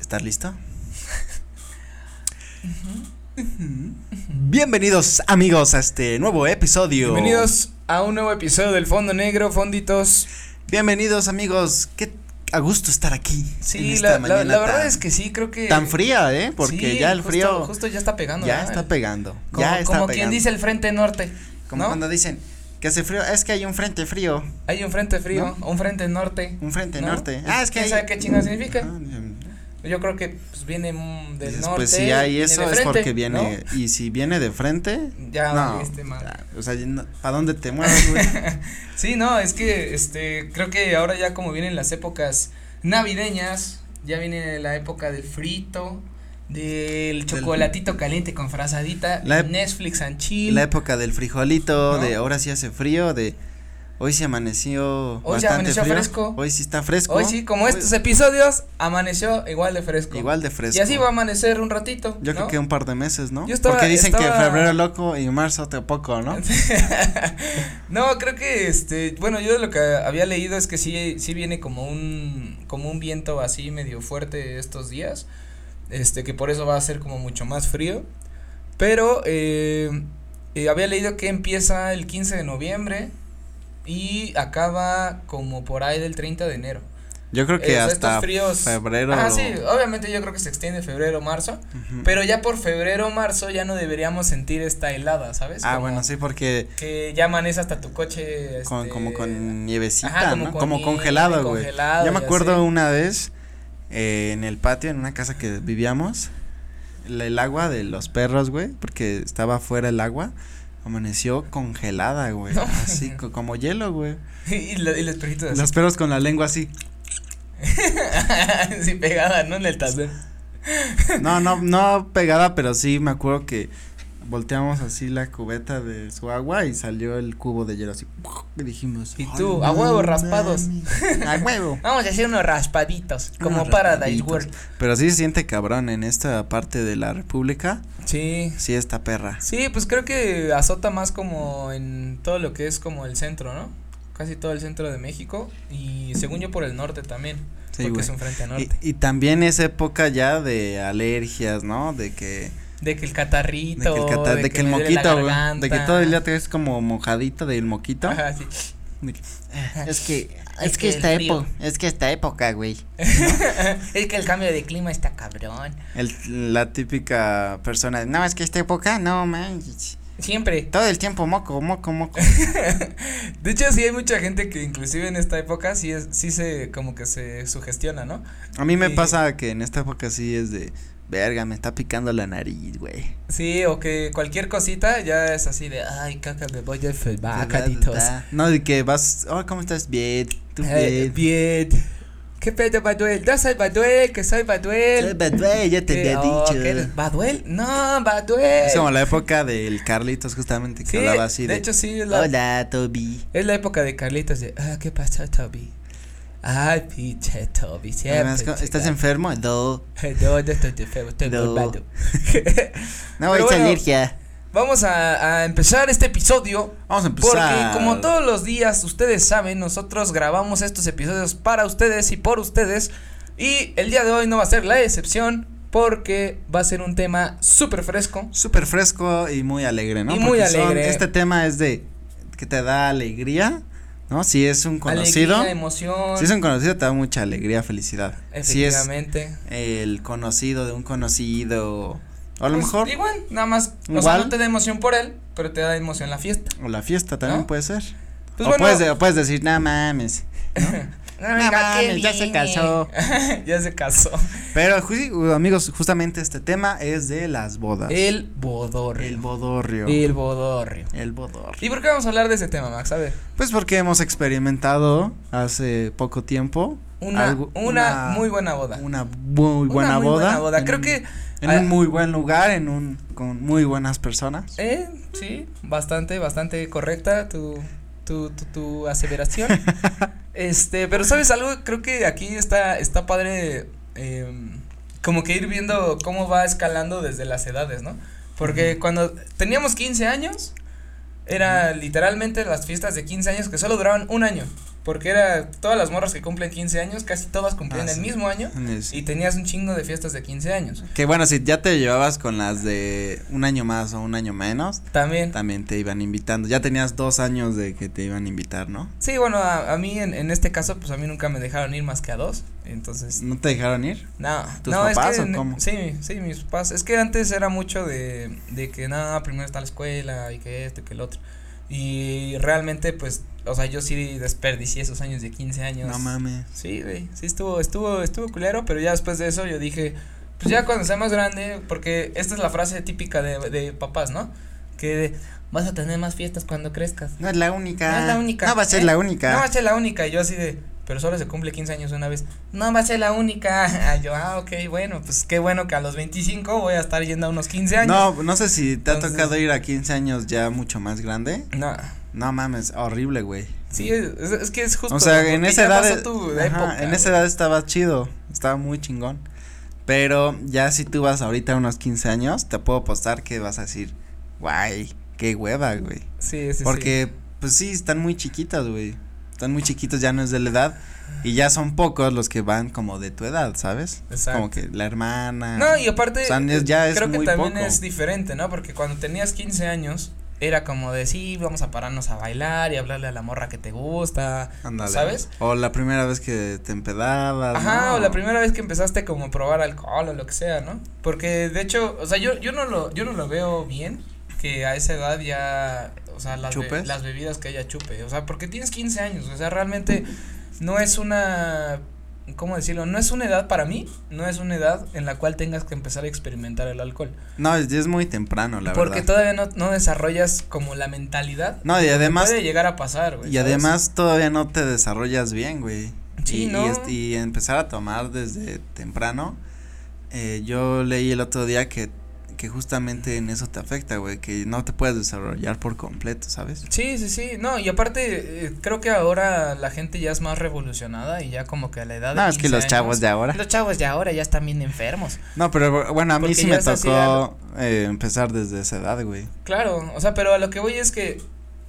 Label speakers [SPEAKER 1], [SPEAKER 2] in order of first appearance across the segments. [SPEAKER 1] ¿Estás listo? Bienvenidos amigos a este nuevo episodio.
[SPEAKER 2] Bienvenidos a un nuevo episodio del Fondo Negro, fonditos.
[SPEAKER 1] Bienvenidos amigos. Qué a gusto estar aquí. en
[SPEAKER 2] Sí, la, la-
[SPEAKER 1] esta
[SPEAKER 2] la
[SPEAKER 1] mañana
[SPEAKER 2] verdad
[SPEAKER 1] tan-
[SPEAKER 2] es que sí, creo que...
[SPEAKER 1] tan fría, ¿eh? Porque
[SPEAKER 2] Sí,
[SPEAKER 1] ya el
[SPEAKER 2] justo-
[SPEAKER 1] frío
[SPEAKER 2] Justo ya está pegando.
[SPEAKER 1] ya
[SPEAKER 2] ¿verdad?
[SPEAKER 1] está pegando.
[SPEAKER 2] Como,
[SPEAKER 1] ya está
[SPEAKER 2] como quien
[SPEAKER 1] pegando.
[SPEAKER 2] dice el frente norte,
[SPEAKER 1] como
[SPEAKER 2] ¿no?
[SPEAKER 1] cuando dicen que hace frío, es que hay un frente frío,
[SPEAKER 2] Hay un frente frío, un frente norte.
[SPEAKER 1] un frente
[SPEAKER 2] ¿no? Pues,
[SPEAKER 1] norte. Ah, es que
[SPEAKER 2] ¿Quién
[SPEAKER 1] hay-
[SPEAKER 2] sabe qué chingada significa?
[SPEAKER 1] Ajá, mm.
[SPEAKER 2] Yo creo que pues, viene mm, del
[SPEAKER 1] Dices,
[SPEAKER 2] norte.
[SPEAKER 1] pues si hay
[SPEAKER 2] viene
[SPEAKER 1] eso
[SPEAKER 2] de
[SPEAKER 1] es
[SPEAKER 2] frente,
[SPEAKER 1] porque viene y si viene de frente
[SPEAKER 2] ¿no? Ya,
[SPEAKER 1] no,
[SPEAKER 2] este, madre.
[SPEAKER 1] ya, o sea, ¿para dónde te mueves, güey?
[SPEAKER 2] Sí, no, es que este creo que ahora ya como vienen las épocas navideñas, ya viene la época del frito, del chocolatito caliente con frazadita,
[SPEAKER 1] La ep-
[SPEAKER 2] Netflix and chill.
[SPEAKER 1] La época del
[SPEAKER 2] ¿No?
[SPEAKER 1] frijolito, de ahora sí hace frío, de hoy se amaneció
[SPEAKER 2] Hoy se
[SPEAKER 1] bastante
[SPEAKER 2] amaneció
[SPEAKER 1] frío,
[SPEAKER 2] fresco.
[SPEAKER 1] Hoy sí está fresco.
[SPEAKER 2] Hoy sí, como estos episodios, amaneció igual de fresco.
[SPEAKER 1] Pues- Igual de fresco.
[SPEAKER 2] Y así va a amanecer un ratito.
[SPEAKER 1] Yo creo
[SPEAKER 2] ¿no?
[SPEAKER 1] que un par de meses, ¿no?
[SPEAKER 2] Yo estaba-
[SPEAKER 1] Porque dicen que
[SPEAKER 2] estaba-
[SPEAKER 1] febrero loco y marzo te poco, ¿no?
[SPEAKER 2] no, creo que este, bueno, yo de lo que había leído es que sí sí viene como un como un viento así medio fuerte estos días. Este, que por eso va a ser como mucho más frío. Pero eh, eh, había leído que empieza el 15 de noviembre y acaba como por ahí del 30 de enero.
[SPEAKER 1] Yo creo
[SPEAKER 2] Eh,
[SPEAKER 1] que
[SPEAKER 2] o sea,
[SPEAKER 1] hasta
[SPEAKER 2] estos fríos-
[SPEAKER 1] febrero. Mm.
[SPEAKER 2] Ah, sí, obviamente yo creo que se extiende febrero, marzo,
[SPEAKER 1] Ujú.
[SPEAKER 2] pero ya por febrero, marzo ya no deberíamos sentir esta helada, ¿sabes?
[SPEAKER 1] Ah,
[SPEAKER 2] Como-
[SPEAKER 1] bueno, sí, porque
[SPEAKER 2] que ya amanece hasta tu coche.
[SPEAKER 1] con,
[SPEAKER 2] este,
[SPEAKER 1] como con nievecita,
[SPEAKER 2] ajá, como
[SPEAKER 1] ¿no?
[SPEAKER 2] con
[SPEAKER 1] como
[SPEAKER 2] nieve,
[SPEAKER 1] congelado, güey.
[SPEAKER 2] congelado,
[SPEAKER 1] Ya me
[SPEAKER 2] ya
[SPEAKER 1] acuerdo
[SPEAKER 2] sé.
[SPEAKER 1] una vez eh, en el patio, en una casa que vivíamos, la- el agua de los perros, güey, porque estaba afuera el agua, amaneció congelada, güey,
[SPEAKER 2] No.
[SPEAKER 1] así co- como hielo, güey.
[SPEAKER 2] y, lo- y los perritos así.
[SPEAKER 1] Los perros con la lengua así.
[SPEAKER 2] sí, pegada, ¿no? En el tablero.
[SPEAKER 1] No, no, no pegada, pero sí me acuerdo que volteamos así la cubeta de su agua y salió el cubo de hielo así. Y dijimos.
[SPEAKER 2] Y
[SPEAKER 1] "Ay,
[SPEAKER 2] tú, a
[SPEAKER 1] no
[SPEAKER 2] huevo, raspados".
[SPEAKER 1] mames, A huevo.
[SPEAKER 2] Vamos a hacer unos raspaditos, como
[SPEAKER 1] Unos
[SPEAKER 2] Paradise
[SPEAKER 1] rasgaditos.
[SPEAKER 2] World.
[SPEAKER 1] Pero sí se siente cabrón en esta parte de la república.
[SPEAKER 2] Sí.
[SPEAKER 1] Sí, esta perra.
[SPEAKER 2] Sí, pues creo que azota más como en todo lo que es como el centro, ¿no? Casi todo el centro de México y según yo por el norte también.
[SPEAKER 1] Sí,
[SPEAKER 2] porque
[SPEAKER 1] güey.
[SPEAKER 2] es un frente
[SPEAKER 1] Y,
[SPEAKER 2] norte.
[SPEAKER 1] y también es época ya de alergias, ¿no? De que.
[SPEAKER 2] de que el
[SPEAKER 1] De
[SPEAKER 2] catarrito.
[SPEAKER 1] que el, cata- de que el
[SPEAKER 2] me duele la
[SPEAKER 1] moquito, güey. De que
[SPEAKER 2] garganta.
[SPEAKER 1] todo el día te es como mojadito del moquito.
[SPEAKER 2] Ajá, sí.
[SPEAKER 1] De que, "Ah, es que.
[SPEAKER 2] Es que el frío".
[SPEAKER 1] Es que esta época, güey.
[SPEAKER 2] es que el cambio de clima está cabrón.
[SPEAKER 1] El- la típica persona, no, es que esta época, no, man,
[SPEAKER 2] Siempre.
[SPEAKER 1] todo el tiempo moco, moco, moco.
[SPEAKER 2] De hecho, sí hay mucha gente que inclusive en esta época sí es, sí se como que se sugestiona, ¿no?
[SPEAKER 1] A mí me
[SPEAKER 2] Sí.
[SPEAKER 1] pasa que en esta época sí es de, verga, me está picando la nariz, güey.
[SPEAKER 2] Sí, o que cualquier cosita ya es así de, ay, caca, me voy a enfermar, caritos.
[SPEAKER 1] No, de que vas, oh, ¿cómo estás? Bien, tú
[SPEAKER 2] Eh,
[SPEAKER 1] bien.
[SPEAKER 2] bien. ¿Qué pedo, Baduel? No soy Baduel, que soy Baduel.
[SPEAKER 1] Soy bad boy, ya te
[SPEAKER 2] Que-
[SPEAKER 1] había
[SPEAKER 2] oh,
[SPEAKER 1] dicho.
[SPEAKER 2] que eres ¿Baduel? No, Baduel.
[SPEAKER 1] Es como la época del Carlitos justamente que
[SPEAKER 2] Sí,
[SPEAKER 1] hablaba así
[SPEAKER 2] de,
[SPEAKER 1] de,
[SPEAKER 2] hecho sí, es la,
[SPEAKER 1] hola, Toby.
[SPEAKER 2] es la época de Carlitos de, ah, ¿qué pasó, Toby? Ay, pinche Toby, siempre.
[SPEAKER 1] Además, ¿cómo- ¿Estás
[SPEAKER 2] chingado.
[SPEAKER 1] enfermo? No,
[SPEAKER 2] No, no estoy enfermo, estoy
[SPEAKER 1] No.
[SPEAKER 2] enfermado.
[SPEAKER 1] no,
[SPEAKER 2] Pero
[SPEAKER 1] es
[SPEAKER 2] bueno.
[SPEAKER 1] alergia.
[SPEAKER 2] Vamos a, a empezar este episodio.
[SPEAKER 1] Vamos a
[SPEAKER 2] Porque
[SPEAKER 1] empezar.
[SPEAKER 2] como todos los días, ustedes saben, nosotros grabamos estos episodios para ustedes y por ustedes. Y el día de hoy no va a ser la excepción porque va a ser un tema súper fresco.
[SPEAKER 1] Súper fresco y muy alegre, ¿no?
[SPEAKER 2] Y muy
[SPEAKER 1] son-
[SPEAKER 2] alegre.
[SPEAKER 1] este tema es de que te da alegría, ¿no? Si es un conocido.
[SPEAKER 2] Alegría, emoción.
[SPEAKER 1] si es un conocido, te da mucha alegría, felicidad. Si es
[SPEAKER 2] efectivamente.
[SPEAKER 1] el conocido de un conocido. O a lo
[SPEAKER 2] Pues,
[SPEAKER 1] mejor.
[SPEAKER 2] Igual, nada más. O sea,
[SPEAKER 1] Igual.
[SPEAKER 2] no te da emoción por él, pero te da emoción la fiesta.
[SPEAKER 1] O la fiesta también
[SPEAKER 2] ¿No?
[SPEAKER 1] puede ser.
[SPEAKER 2] Pues
[SPEAKER 1] o,
[SPEAKER 2] bueno.
[SPEAKER 1] puedes, de- o puedes decir, no mames.
[SPEAKER 2] No,
[SPEAKER 1] venga, qué ya se casó.
[SPEAKER 2] ya se casó.
[SPEAKER 1] Pero, ju- amigos, justamente este tema es de las bodas.
[SPEAKER 2] El bodorrio.
[SPEAKER 1] El bodorrio.
[SPEAKER 2] El bodorrio.
[SPEAKER 1] El bodorrio.
[SPEAKER 2] ¿Y por qué vamos a hablar de ese tema, Max? A ver.
[SPEAKER 1] Pues porque hemos experimentado hace poco tiempo.
[SPEAKER 2] Una,
[SPEAKER 1] algo-
[SPEAKER 2] una, muy buena boda.
[SPEAKER 1] Una muy
[SPEAKER 2] Una
[SPEAKER 1] buena
[SPEAKER 2] muy
[SPEAKER 1] boda.
[SPEAKER 2] buena boda.
[SPEAKER 1] en
[SPEAKER 2] Creo
[SPEAKER 1] un-
[SPEAKER 2] que,
[SPEAKER 1] En
[SPEAKER 2] ah,
[SPEAKER 1] un muy buen lugar, en un. con muy buenas personas.
[SPEAKER 2] eh, sí, bastante, bastante correcta tu, tu, tu, tu aseveración. este, pero ¿sabes algo? Creo que aquí está, está padre em, como que ir viendo cómo va escalando desde las edades, ¿no? Porque cuando teníamos 15 años, Era literalmente las fiestas de 15 años que solo duraban un año. Porque era todas las morras que cumplen 15 años, casi todas cumplían
[SPEAKER 1] Ah,
[SPEAKER 2] el
[SPEAKER 1] sí.
[SPEAKER 2] mismo año.
[SPEAKER 1] Es-
[SPEAKER 2] Y tenías un chingo de fiestas de 15 años.
[SPEAKER 1] Que bueno, si ya te llevabas con las de un año más o un año menos,
[SPEAKER 2] También.
[SPEAKER 1] también te iban invitando. Ya tenías dos años de que te iban a invitar, ¿no?
[SPEAKER 2] Sí, bueno, a, a mí en, en este caso, pues a mí nunca me dejaron ir más que a dos. Entonces,
[SPEAKER 1] ¿No te dejaron ir?
[SPEAKER 2] No,
[SPEAKER 1] ¿Tus
[SPEAKER 2] no,
[SPEAKER 1] papás
[SPEAKER 2] es que,
[SPEAKER 1] o
[SPEAKER 2] ne-
[SPEAKER 1] cómo?
[SPEAKER 2] Sí, sí, mis papás. Es que antes era mucho de, de que nada, primero está la escuela y que esto y que el otro. Y realmente, pues, o sea, yo sí desperdicié esos años de 15 años.
[SPEAKER 1] No mames.
[SPEAKER 2] Sí, güey, sí estuvo, estuvo, estuvo culero, pero ya después de eso yo dije, pues ya cuando sea más grande, porque esta es la frase típica de, de papás, ¿no? Que de, vas a tener más fiestas cuando crezcas.
[SPEAKER 1] No es la única.
[SPEAKER 2] No es la única.
[SPEAKER 1] No va a ser
[SPEAKER 2] ¿eh?
[SPEAKER 1] la única.
[SPEAKER 2] No va a ser la única. Y yo así de, pero solo se cumple 15 años una vez. No va a ser la única. yo, ah, ok, bueno, pues qué bueno que a los 25 voy a estar yendo a unos 15 años.
[SPEAKER 1] No, no sé si te
[SPEAKER 2] Entonces-
[SPEAKER 1] ha tocado ir a 15 años ya mucho más grande.
[SPEAKER 2] No.
[SPEAKER 1] No mames, horrible, güey.
[SPEAKER 2] Sí, es, es- es que es justo.
[SPEAKER 1] O sea,
[SPEAKER 2] porque
[SPEAKER 1] en esa
[SPEAKER 2] ya
[SPEAKER 1] edad,
[SPEAKER 2] pasó
[SPEAKER 1] eh,
[SPEAKER 2] tu
[SPEAKER 1] ajá,
[SPEAKER 2] época,
[SPEAKER 1] en esa
[SPEAKER 2] güey.
[SPEAKER 1] edad estaba chido, estaba muy chingón. Pero ya si tú vas ahorita a unos 15 años, te puedo apostar que vas a decir, guay, qué hueva, güey.
[SPEAKER 2] Sí, Este, sí, sí.
[SPEAKER 1] Porque, pues sí, están muy chiquitas, güey. Están muy chiquitos, ya no es de la edad. Y ya son pocos los que van como de tu edad, ¿sabes?
[SPEAKER 2] Exacto.
[SPEAKER 1] Como que la hermana.
[SPEAKER 2] No, y aparte,
[SPEAKER 1] Ah, O sea, es- ya es
[SPEAKER 2] creo que
[SPEAKER 1] muy
[SPEAKER 2] también
[SPEAKER 1] poco.
[SPEAKER 2] es diferente, ¿no? Porque cuando tenías 15 años, era como de, sí, vamos a pararnos a bailar y hablarle a la morra que te gusta,
[SPEAKER 1] Ándale.
[SPEAKER 2] ¿sabes?
[SPEAKER 1] O la primera vez que te empedabas.
[SPEAKER 2] Ajá,
[SPEAKER 1] Ah, ¿no?
[SPEAKER 2] o la primera vez que empezaste como a probar alcohol o lo que sea, ¿no? Porque de hecho, o sea, yo, yo no lo, yo no lo veo bien que a esa edad ya, o sea, las, be-
[SPEAKER 1] ¿Chupes?
[SPEAKER 2] las bebidas que haya chupe, o sea, porque tienes 15 años, o sea, realmente no es una, ¿cómo decirlo? No es una edad para mí, no es una edad en la cual tengas que empezar a experimentar el alcohol,
[SPEAKER 1] No, es, es muy temprano, la
[SPEAKER 2] porque
[SPEAKER 1] verdad.
[SPEAKER 2] todavía no, no desarrollas como la mentalidad.
[SPEAKER 1] No, y además
[SPEAKER 2] puede llegar a pasar, güey.
[SPEAKER 1] Y
[SPEAKER 2] ¿sabes?
[SPEAKER 1] además todavía no te desarrollas bien, güey.
[SPEAKER 2] Sí,
[SPEAKER 1] y, y
[SPEAKER 2] ¿no?
[SPEAKER 1] est- y empezar a tomar desde temprano. eh, yo leí el otro día que, que justamente en eso te afecta, güey, que no te puedes desarrollar por completo, ¿sabes?
[SPEAKER 2] Sí, sí, sí. No, y aparte, eh, creo que ahora la gente ya es más revolucionada y ya como que a la edad de.
[SPEAKER 1] No, es que
[SPEAKER 2] 15
[SPEAKER 1] los chavos
[SPEAKER 2] años-
[SPEAKER 1] de ahora.
[SPEAKER 2] Los chavos de ahora ya están bien enfermos.
[SPEAKER 1] No, pero bueno, a mí
[SPEAKER 2] Porque
[SPEAKER 1] sí
[SPEAKER 2] ya
[SPEAKER 1] me
[SPEAKER 2] se hacía
[SPEAKER 1] tocó eh, empezar desde esa edad, güey.
[SPEAKER 2] Claro, o sea, pero a lo que voy es que.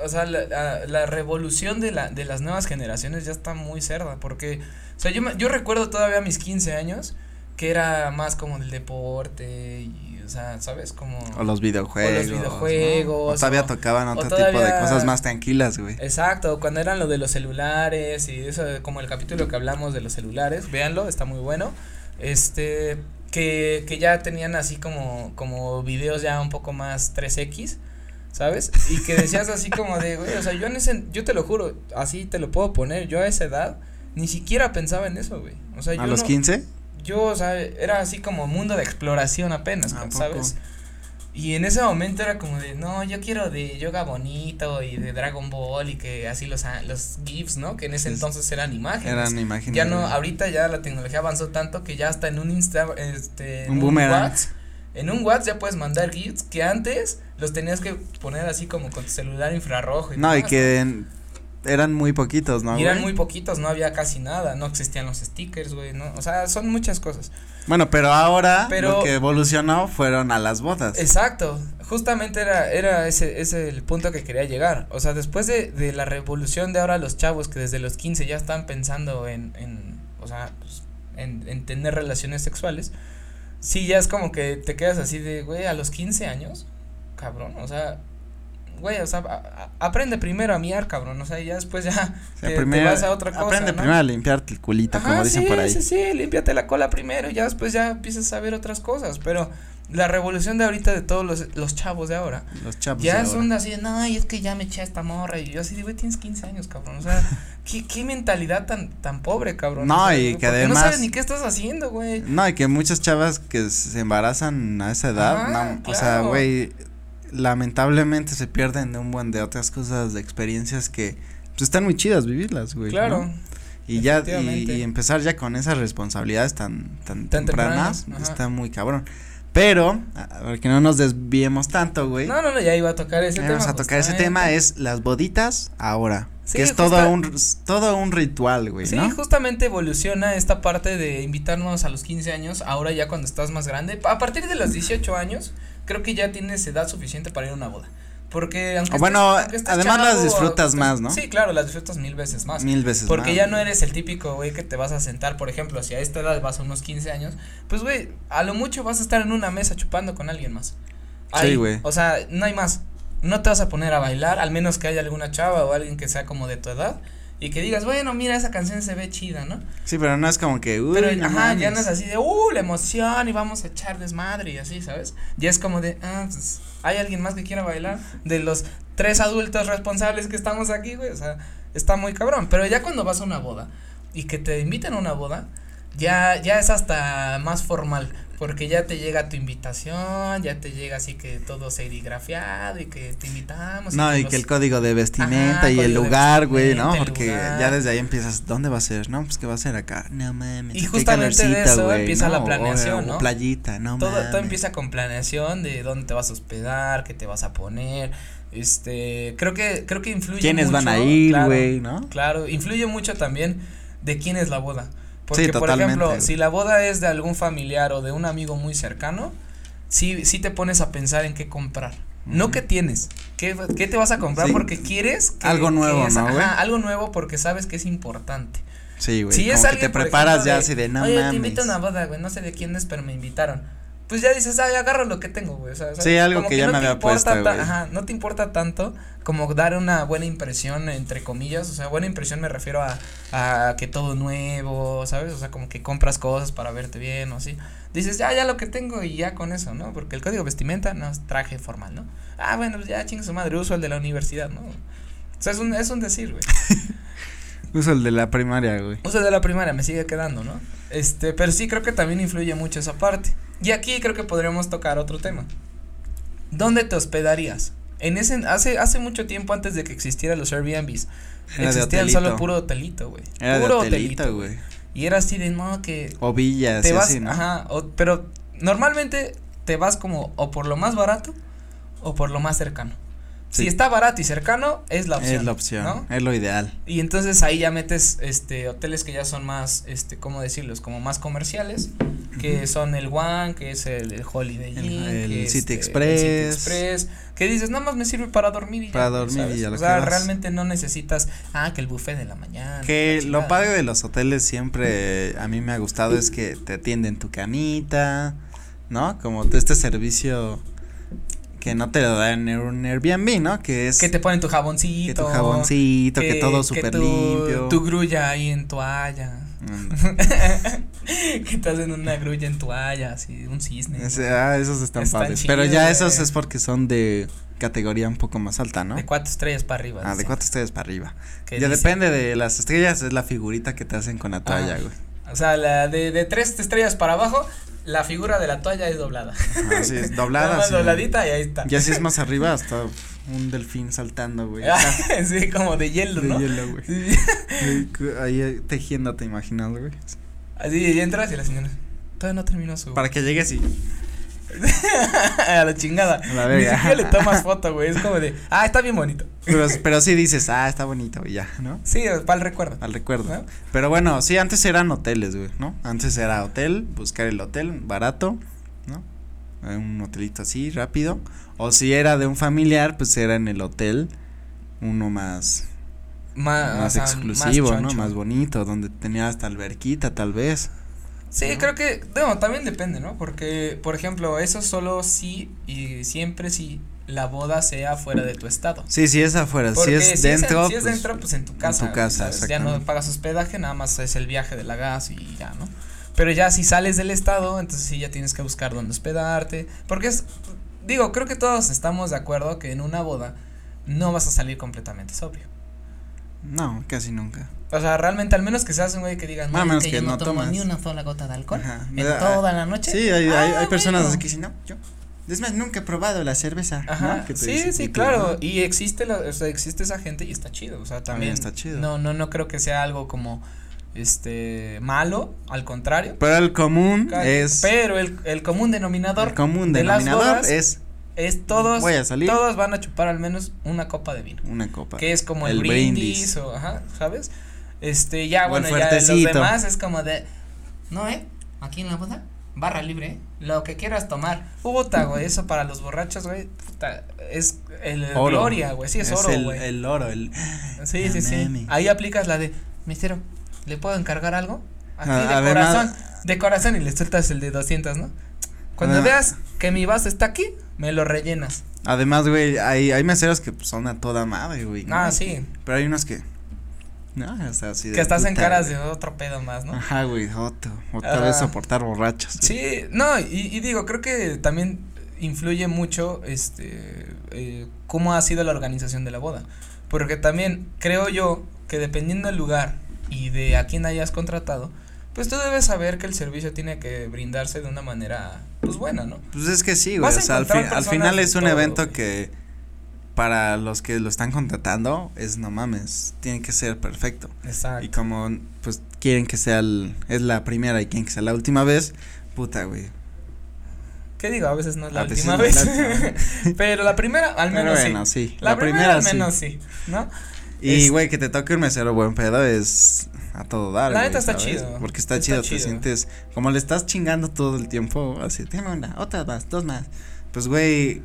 [SPEAKER 2] O sea, la, la- la revolución de, la, de las nuevas generaciones ya está muy cerda. Porque. O sea, yo, me- yo recuerdo todavía mis 15 años que era más como del deporte y. O sea, ¿sabes? Como.
[SPEAKER 1] O los videojuegos. ¿no?
[SPEAKER 2] videojuegos,
[SPEAKER 1] O todavía
[SPEAKER 2] o-
[SPEAKER 1] tocaban
[SPEAKER 2] o
[SPEAKER 1] otro tipo de
[SPEAKER 2] todavía- Eh,
[SPEAKER 1] cosas más tranquilas, güey.
[SPEAKER 2] Exacto, cuando eran lo de los celulares y eso, como el capítulo que hablamos de los celulares, véanlo, está muy bueno. Este, que, que ya tenían así como, como videos ya un poco más 3X, ¿sabes? Y que decías así como de, güey, o sea, yo en ese, yo te lo juro, así te lo puedo poner, yo a esa edad ni siquiera pensaba en eso, güey. O sea,
[SPEAKER 1] a
[SPEAKER 2] yo
[SPEAKER 1] los
[SPEAKER 2] no-
[SPEAKER 1] 15.
[SPEAKER 2] yo, o sea, era así como mundo de exploración apenas,
[SPEAKER 1] ¿A
[SPEAKER 2] como,
[SPEAKER 1] poco?
[SPEAKER 2] ¿sabes? Y en ese momento era como de, no, yo quiero de yoga bonito y de Dragon Ball y que así los, a- los GIFs, ¿no? Que en ese
[SPEAKER 1] Sí, sí.
[SPEAKER 2] entonces eran imágenes.
[SPEAKER 1] Eran imágenes.
[SPEAKER 2] ya no,
[SPEAKER 1] güey.
[SPEAKER 2] ahorita ya la tecnología avanzó tanto que ya hasta en un Insta, este, en
[SPEAKER 1] Un boomerang.
[SPEAKER 2] WhatsApp, en un WhatsApp ya puedes mandar GIFs que antes los tenías que poner así como con tu celular infrarrojo. Y
[SPEAKER 1] No, y
[SPEAKER 2] demás,
[SPEAKER 1] que en- eran muy poquitos, ¿no?
[SPEAKER 2] y eran
[SPEAKER 1] güey?
[SPEAKER 2] muy poquitos, no había casi nada, no existían los stickers, güey, ¿no? O sea, son muchas cosas.
[SPEAKER 1] Bueno, pero ahora
[SPEAKER 2] Pero-
[SPEAKER 1] lo que evolucionó fueron a las bodas.
[SPEAKER 2] Exacto, justamente era, era ese, ese el punto que quería llegar. O sea, después de, de la revolución de ahora los chavos que desde los 15 ya están pensando en, en o sea, pues, en, en tener relaciones sexuales, sí ya es como que te quedas así de, güey, a los 15 años, cabrón, o sea, güey, o sea, a- a- aprende primero a miar, cabrón, o sea, y ya después ya
[SPEAKER 1] O
[SPEAKER 2] te,
[SPEAKER 1] sea,
[SPEAKER 2] te
[SPEAKER 1] primero-
[SPEAKER 2] vas a otra cosa.
[SPEAKER 1] Aprende
[SPEAKER 2] ¿no?
[SPEAKER 1] primero a limpiarte el culito,
[SPEAKER 2] Ajá,
[SPEAKER 1] como dicen
[SPEAKER 2] sí,
[SPEAKER 1] por ahí.
[SPEAKER 2] Sí, sí, límpiate la cola primero y ya después ya empiezas a ver otras cosas, pero la revolución de ahorita de todos los, los chavos de ahora
[SPEAKER 1] Los chavos. Ah, pues de
[SPEAKER 2] ya
[SPEAKER 1] ahora.
[SPEAKER 2] son así de, no, y es que ya me eché a esta morra y yo así de, güey, tienes 15 años, cabrón, o sea, qué, qué mentalidad tan, tan pobre, cabrón.
[SPEAKER 1] No,
[SPEAKER 2] o sea,
[SPEAKER 1] y
[SPEAKER 2] güey, porque
[SPEAKER 1] que
[SPEAKER 2] No
[SPEAKER 1] además-
[SPEAKER 2] sabes ni qué estás haciendo, güey.
[SPEAKER 1] No, y que muchas chavas que se embarazan a esa edad,
[SPEAKER 2] Ajá,
[SPEAKER 1] no, o sea,
[SPEAKER 2] Ah, claro.
[SPEAKER 1] güey, lamentablemente se pierden de un buen de otras cosas, de experiencias que pues, están muy chidas vivirlas, güey.
[SPEAKER 2] Claro.
[SPEAKER 1] ¿no? Y ya, y,
[SPEAKER 2] Efectivamente.
[SPEAKER 1] y empezar ya con esas responsabilidades tan, tan,
[SPEAKER 2] Tan tempranas,
[SPEAKER 1] tempranas,
[SPEAKER 2] ajá.
[SPEAKER 1] está muy cabrón. Pero, a- a ver, que no nos desviemos tanto, güey.
[SPEAKER 2] No, no, no, ya iba a tocar ese
[SPEAKER 1] Ya
[SPEAKER 2] tema. pues,
[SPEAKER 1] vamos a tocar ese
[SPEAKER 2] justamente.
[SPEAKER 1] tema es las boditas ahora,
[SPEAKER 2] Sí,
[SPEAKER 1] que es
[SPEAKER 2] justa-
[SPEAKER 1] todo un r- todo un ritual, güey,
[SPEAKER 2] Sí,
[SPEAKER 1] ¿no?
[SPEAKER 2] justamente evoluciona esta parte de invitarnos a los 15 años, ahora ya cuando estás más grande. A partir de los 18 años, creo que ya tienes edad suficiente para ir a una boda. Porque aunque
[SPEAKER 1] O bueno,
[SPEAKER 2] estés- aunque estés
[SPEAKER 1] además las
[SPEAKER 2] chavo,
[SPEAKER 1] disfrutas
[SPEAKER 2] aunque-
[SPEAKER 1] más, ¿no?
[SPEAKER 2] Sí, claro, las disfrutas mil veces más.
[SPEAKER 1] Mil veces
[SPEAKER 2] Porque
[SPEAKER 1] más,
[SPEAKER 2] ya
[SPEAKER 1] güey.
[SPEAKER 2] no eres el típico güey que te vas a sentar, por ejemplo, si a esta edad vas a unos 15 años, pues güey, a lo mucho vas a estar en una mesa chupando con alguien más.
[SPEAKER 1] Sí,
[SPEAKER 2] Ahí,
[SPEAKER 1] güey.
[SPEAKER 2] O sea, no hay más. No te vas a poner a bailar, al menos que haya alguna chava o alguien que sea como de tu edad y que digas, bueno, mira, esa canción se ve chida, ¿no?
[SPEAKER 1] Sí, pero no es como que. Uy,
[SPEAKER 2] Pero,
[SPEAKER 1] no
[SPEAKER 2] ajá, ya no es
[SPEAKER 1] mames.
[SPEAKER 2] así de, uh, la emoción y vamos a echar desmadre y así, ¿sabes? Ya es como de, ah, pues, ¿hay alguien más que quiera bailar? De los tres adultos responsables que estamos aquí, güey, o sea, está muy cabrón. Pero ya cuando vas a una boda y que te invitan a una boda, ya, ya es hasta más formal, porque ya te llega tu invitación, ya te llega así que todo serigrafiado y que te invitamos.
[SPEAKER 1] No,
[SPEAKER 2] que
[SPEAKER 1] y
[SPEAKER 2] los-
[SPEAKER 1] que el código de vestimenta
[SPEAKER 2] Ajá,
[SPEAKER 1] y el
[SPEAKER 2] código de
[SPEAKER 1] lugar, güey, ¿no?
[SPEAKER 2] vestimenta, el
[SPEAKER 1] Porque
[SPEAKER 2] lugar.
[SPEAKER 1] ya desde ahí empiezas, ¿dónde va a ser? No, pues que va a ser acá. No mames.
[SPEAKER 2] Y
[SPEAKER 1] qué
[SPEAKER 2] justamente de
[SPEAKER 1] calorcito,
[SPEAKER 2] eso
[SPEAKER 1] güey,
[SPEAKER 2] empieza la
[SPEAKER 1] O- o-
[SPEAKER 2] planeación,
[SPEAKER 1] o
[SPEAKER 2] ¿no?
[SPEAKER 1] Playita, no
[SPEAKER 2] Todo,
[SPEAKER 1] mames.
[SPEAKER 2] todo empieza con planeación de dónde te vas a hospedar, qué te vas a poner, este, creo que, creo que influye
[SPEAKER 1] ¿Quiénes van a
[SPEAKER 2] mucho,
[SPEAKER 1] ir,
[SPEAKER 2] claro,
[SPEAKER 1] güey, no?
[SPEAKER 2] Claro, influye mucho también de quién es la boda. Porque, por
[SPEAKER 1] totalmente,
[SPEAKER 2] ejemplo,
[SPEAKER 1] güey.
[SPEAKER 2] si la boda es de algún familiar o de un amigo muy cercano, sí, sí te pones a pensar en qué comprar. No
[SPEAKER 1] Ujú.
[SPEAKER 2] qué tienes, qué, qué te vas a comprar
[SPEAKER 1] Sí.
[SPEAKER 2] porque quieres que-
[SPEAKER 1] Algo
[SPEAKER 2] que
[SPEAKER 1] nuevo,
[SPEAKER 2] es-
[SPEAKER 1] ¿no, güey?
[SPEAKER 2] ajá, algo nuevo porque sabes que es importante.
[SPEAKER 1] Sí, güey.
[SPEAKER 2] Si
[SPEAKER 1] como
[SPEAKER 2] es
[SPEAKER 1] que
[SPEAKER 2] alguien,
[SPEAKER 1] te
[SPEAKER 2] por
[SPEAKER 1] preparas
[SPEAKER 2] ejemplo,
[SPEAKER 1] ya
[SPEAKER 2] de,
[SPEAKER 1] así de no
[SPEAKER 2] Oye,
[SPEAKER 1] mames.
[SPEAKER 2] te invito a una boda, güey, no sé de quién es, pero me invitaron. Pues ya dices, ay, agarro lo que tengo, güey. o sea, ¿sabes?
[SPEAKER 1] Sí, algo
[SPEAKER 2] Como
[SPEAKER 1] que ya
[SPEAKER 2] no
[SPEAKER 1] me
[SPEAKER 2] te
[SPEAKER 1] había
[SPEAKER 2] importa
[SPEAKER 1] puesto,
[SPEAKER 2] ta-
[SPEAKER 1] güey.
[SPEAKER 2] Ajá, no te importa tanto como dar una buena impresión, entre comillas, o sea, buena impresión me refiero a, a que todo nuevo, ¿sabes? O sea, como que compras cosas para verte bien o así. Dices, ya, ya lo que tengo y ya con eso, ¿no? Porque el código de vestimenta no es traje formal, ¿no? Ah, bueno, pues ya chingue su madre, uso el de la universidad, ¿no? O sea, es un, es un decir, güey.
[SPEAKER 1] Uso el de la primaria, güey.
[SPEAKER 2] O sea, de la primaria me sigue quedando, ¿no? Este, pero sí creo que también influye mucho esa parte. Y aquí creo que podríamos tocar otro tema. ¿Dónde te hospedarías? En ese hace hace mucho tiempo antes de que existieran los Airbnbs,
[SPEAKER 1] Era de
[SPEAKER 2] existían solo
[SPEAKER 1] hotelito.
[SPEAKER 2] puro hotelito, güey.
[SPEAKER 1] Era de
[SPEAKER 2] Puro
[SPEAKER 1] hotelito, güey.
[SPEAKER 2] Y era así de modo que
[SPEAKER 1] O villas
[SPEAKER 2] te
[SPEAKER 1] y
[SPEAKER 2] vas,
[SPEAKER 1] así, ¿no?
[SPEAKER 2] ajá, o- pero normalmente te vas como o por lo más barato o por lo más cercano. Si
[SPEAKER 1] Sí.
[SPEAKER 2] está barato y cercano es la opción.
[SPEAKER 1] es la opción,
[SPEAKER 2] ¿no?
[SPEAKER 1] es lo ideal.
[SPEAKER 2] Y entonces ahí ya metes este hoteles que ya son más este cómo decirlos, como más comerciales, que son el One, que es el, el Holiday
[SPEAKER 1] El-
[SPEAKER 2] Inn,
[SPEAKER 1] el
[SPEAKER 2] que este,
[SPEAKER 1] City
[SPEAKER 2] el
[SPEAKER 1] Express.
[SPEAKER 2] Express, que dices, "Nada más me sirve para dormir y ya",
[SPEAKER 1] Para dormir y a lo
[SPEAKER 2] o
[SPEAKER 1] que
[SPEAKER 2] sea,
[SPEAKER 1] vas.
[SPEAKER 2] realmente no necesitas ah, que el buffet de la mañana. la
[SPEAKER 1] Que lo
[SPEAKER 2] chingada,
[SPEAKER 1] padre
[SPEAKER 2] ¿no?
[SPEAKER 1] de los hoteles siempre eh, a mí me ha gustado es que te atienden tu camita, ¿no? Como de este servicio que no te lo dan en un Airbnb, ¿no? Que es
[SPEAKER 2] que te ponen tu
[SPEAKER 1] que
[SPEAKER 2] jaboncito,
[SPEAKER 1] tu jaboncito, que, todo súper
[SPEAKER 2] tu-
[SPEAKER 1] limpio.
[SPEAKER 2] Tu grulla ahí en toalla.
[SPEAKER 1] Mm,
[SPEAKER 2] que te hacen una grulla en toalla, así un cisne. ¿no?
[SPEAKER 1] ese- ah, esos están,
[SPEAKER 2] Están
[SPEAKER 1] padres. Pero
[SPEAKER 2] chidos,
[SPEAKER 1] ya
[SPEAKER 2] güey.
[SPEAKER 1] esos es porque son de categoría un poco más alta, ¿no?
[SPEAKER 2] De cuatro estrellas para arriba.
[SPEAKER 1] Ah, de
[SPEAKER 2] dicen,
[SPEAKER 1] cuatro estrellas para arriba.
[SPEAKER 2] que
[SPEAKER 1] Ya
[SPEAKER 2] dicen.
[SPEAKER 1] depende de las estrellas, es la figurita que te hacen con la toalla,
[SPEAKER 2] Ah.
[SPEAKER 1] güey.
[SPEAKER 2] O sea, la de, de tres estrellas para abajo, la figura de la toalla es doblada.
[SPEAKER 1] Ajá, Así Ah, es,
[SPEAKER 2] Nada
[SPEAKER 1] doblada.
[SPEAKER 2] más
[SPEAKER 1] así,
[SPEAKER 2] dobladita y ahí está.
[SPEAKER 1] Y así es más arriba, hasta un delfín saltando, güey.
[SPEAKER 2] sí, como de hielo,
[SPEAKER 1] De
[SPEAKER 2] ¿no?
[SPEAKER 1] hielo, güey.
[SPEAKER 2] Sí, sí.
[SPEAKER 1] Ahí cu- Ahí eh, tejiendo, ¿te imaginas, güey?
[SPEAKER 2] Así y entras y la señora. Todavía no terminó su.
[SPEAKER 1] Para que llegues y.
[SPEAKER 2] a la chingada.
[SPEAKER 1] A la
[SPEAKER 2] Ni
[SPEAKER 1] verga.
[SPEAKER 2] siquiera le tomas foto, güey. Es como de, ah, está bien bonito.
[SPEAKER 1] Pero, pero sí dices, ah, está bonito, y ya, ¿no?
[SPEAKER 2] Sí, para el recuerdo.
[SPEAKER 1] Al recuerdo.
[SPEAKER 2] ¿No?
[SPEAKER 1] Pero bueno, sí, antes eran hoteles, güey, ¿no? Antes era hotel, buscar el hotel, barato, ¿no? Eh, Un hotelito así, rápido. O si era de un familiar, pues era en el hotel, uno más,
[SPEAKER 2] Ah, Más,
[SPEAKER 1] más
[SPEAKER 2] o sea,
[SPEAKER 1] exclusivo, ¿no?
[SPEAKER 2] choncho.
[SPEAKER 1] Más bonito, donde tenía hasta alberquita, tal vez.
[SPEAKER 2] Sí,
[SPEAKER 1] ¿no?
[SPEAKER 2] creo que, no, también depende, ¿no? Porque, por ejemplo, eso solo sí y siempre sí la boda sea fuera de tu estado.
[SPEAKER 1] Sí, sí, es afuera, si
[SPEAKER 2] Porque
[SPEAKER 1] es dentro.
[SPEAKER 2] si es
[SPEAKER 1] pues,
[SPEAKER 2] dentro, pues en tu casa.
[SPEAKER 1] tu
[SPEAKER 2] güey,
[SPEAKER 1] casa,
[SPEAKER 2] ¿sabes? Ya no
[SPEAKER 1] exactamente.
[SPEAKER 2] pagas hospedaje, nada más es el viaje de la gas y ya, ¿no? Pero ya si sales del estado, entonces sí ya tienes que buscar dónde hospedarte. Porque es, digo, creo que todos estamos de acuerdo que en una boda no vas a salir completamente sobrio.
[SPEAKER 1] No, casi nunca.
[SPEAKER 2] O sea, realmente, al menos que seas un güey que digas,
[SPEAKER 1] A
[SPEAKER 2] no, es
[SPEAKER 1] menos
[SPEAKER 2] que,
[SPEAKER 1] que
[SPEAKER 2] yo no,
[SPEAKER 1] no
[SPEAKER 2] tomo
[SPEAKER 1] tomas".
[SPEAKER 2] ni una sola gota de alcohol
[SPEAKER 1] Ajá.
[SPEAKER 2] en
[SPEAKER 1] Ah,
[SPEAKER 2] toda la noche.
[SPEAKER 1] Sí, hay, hay,
[SPEAKER 2] Ah,
[SPEAKER 1] hay personas
[SPEAKER 2] bueno.
[SPEAKER 1] que dicen, no, yo. Es más, nunca he probado la cerveza. ¿no?
[SPEAKER 2] Ajá,
[SPEAKER 1] Que te
[SPEAKER 2] sí,
[SPEAKER 1] dicen, y
[SPEAKER 2] sí,
[SPEAKER 1] tú,
[SPEAKER 2] claro,
[SPEAKER 1] "Ah".
[SPEAKER 2] y existe la, o sea, existe esa gente y está chido, o sea, también
[SPEAKER 1] También está chido.
[SPEAKER 2] No, no, no creo que sea algo como, este, malo, al contrario.
[SPEAKER 1] Pero el común
[SPEAKER 2] Ca-
[SPEAKER 1] es.
[SPEAKER 2] pero el, el común denominador
[SPEAKER 1] El común
[SPEAKER 2] de las
[SPEAKER 1] denominador
[SPEAKER 2] bodas
[SPEAKER 1] es
[SPEAKER 2] es todos,
[SPEAKER 1] voy a salir.
[SPEAKER 2] todos van a chupar al menos una copa de vino,
[SPEAKER 1] una copa.
[SPEAKER 2] que es como el,
[SPEAKER 1] El
[SPEAKER 2] brindis,
[SPEAKER 1] brindis.
[SPEAKER 2] o, ajá, ¿sabes? Este, ya,
[SPEAKER 1] O el
[SPEAKER 2] bueno, ya los
[SPEAKER 1] fuertecito.
[SPEAKER 2] demás es como de, no, eh, aquí en la boda barra libre, ¿eh? lo que quieras tomar. Puta, güey, eso para los borrachos, güey, puta, es el
[SPEAKER 1] Oro.
[SPEAKER 2] gloria, güey, sí es, oro,
[SPEAKER 1] el,
[SPEAKER 2] güey.
[SPEAKER 1] el oro, el. Ah,
[SPEAKER 2] Sí, sí, sí.
[SPEAKER 1] Amén.
[SPEAKER 2] Ahí aplicas la de, mesero, ¿le puedo encargar algo? Así
[SPEAKER 1] Ah, A-
[SPEAKER 2] de
[SPEAKER 1] además-
[SPEAKER 2] corazón, de corazón y le sueltas el de 200, ¿no? Cuando
[SPEAKER 1] Ah.
[SPEAKER 2] veas que mi vaso está aquí, me lo rellenas.
[SPEAKER 1] Además, güey, hay, hay meseros que pues, son a toda madre, güey. ¿no?
[SPEAKER 2] Ah, sí,
[SPEAKER 1] Pero hay unos que. No, o sea, así de
[SPEAKER 2] que estás en
[SPEAKER 1] puta,
[SPEAKER 2] caras
[SPEAKER 1] güey.
[SPEAKER 2] de otro pedo más, ¿no?
[SPEAKER 1] Ajá, güey, otro, otra
[SPEAKER 2] Ah.
[SPEAKER 1] vez soportar borrachos.
[SPEAKER 2] Sí, no, y, y digo, creo que también influye mucho este eh, cómo ha sido la organización de la boda. Porque también creo yo que dependiendo del lugar y de a quién hayas contratado, pues tú debes saber que el servicio tiene que brindarse de una manera pues buena, ¿no?
[SPEAKER 1] Pues es que sí, güey.
[SPEAKER 2] Vas a
[SPEAKER 1] O sea, al,
[SPEAKER 2] encontrar
[SPEAKER 1] fin- al
[SPEAKER 2] personas
[SPEAKER 1] final
[SPEAKER 2] de
[SPEAKER 1] es un
[SPEAKER 2] todo,
[SPEAKER 1] evento
[SPEAKER 2] güey.
[SPEAKER 1] que para los que lo están contratando es no mames, tiene que ser perfecto. Y
[SPEAKER 2] Exacto.
[SPEAKER 1] como pues quieren que sea el- es la primera y quieren que sea la última vez, puta, güey.
[SPEAKER 2] ¿Qué digo? A veces no es la
[SPEAKER 1] A veces
[SPEAKER 2] última
[SPEAKER 1] no es
[SPEAKER 2] vez.
[SPEAKER 1] la última
[SPEAKER 2] Pero la primera, al
[SPEAKER 1] Pero
[SPEAKER 2] menos
[SPEAKER 1] bueno,
[SPEAKER 2] sí.
[SPEAKER 1] sí.
[SPEAKER 2] La, primera, al
[SPEAKER 1] sí.
[SPEAKER 2] menos sí, ¿no?
[SPEAKER 1] Y
[SPEAKER 2] Es-
[SPEAKER 1] güey, que te toque un mesero buen pedo es a todo dar.
[SPEAKER 2] La
[SPEAKER 1] güey,
[SPEAKER 2] neta está
[SPEAKER 1] ¿sabes?
[SPEAKER 2] chido,
[SPEAKER 1] Porque está,
[SPEAKER 2] está
[SPEAKER 1] chido,
[SPEAKER 2] chido.
[SPEAKER 1] te sientes como le estás chingando todo el tiempo, así, dame una, otra más, dos más. Pues güey,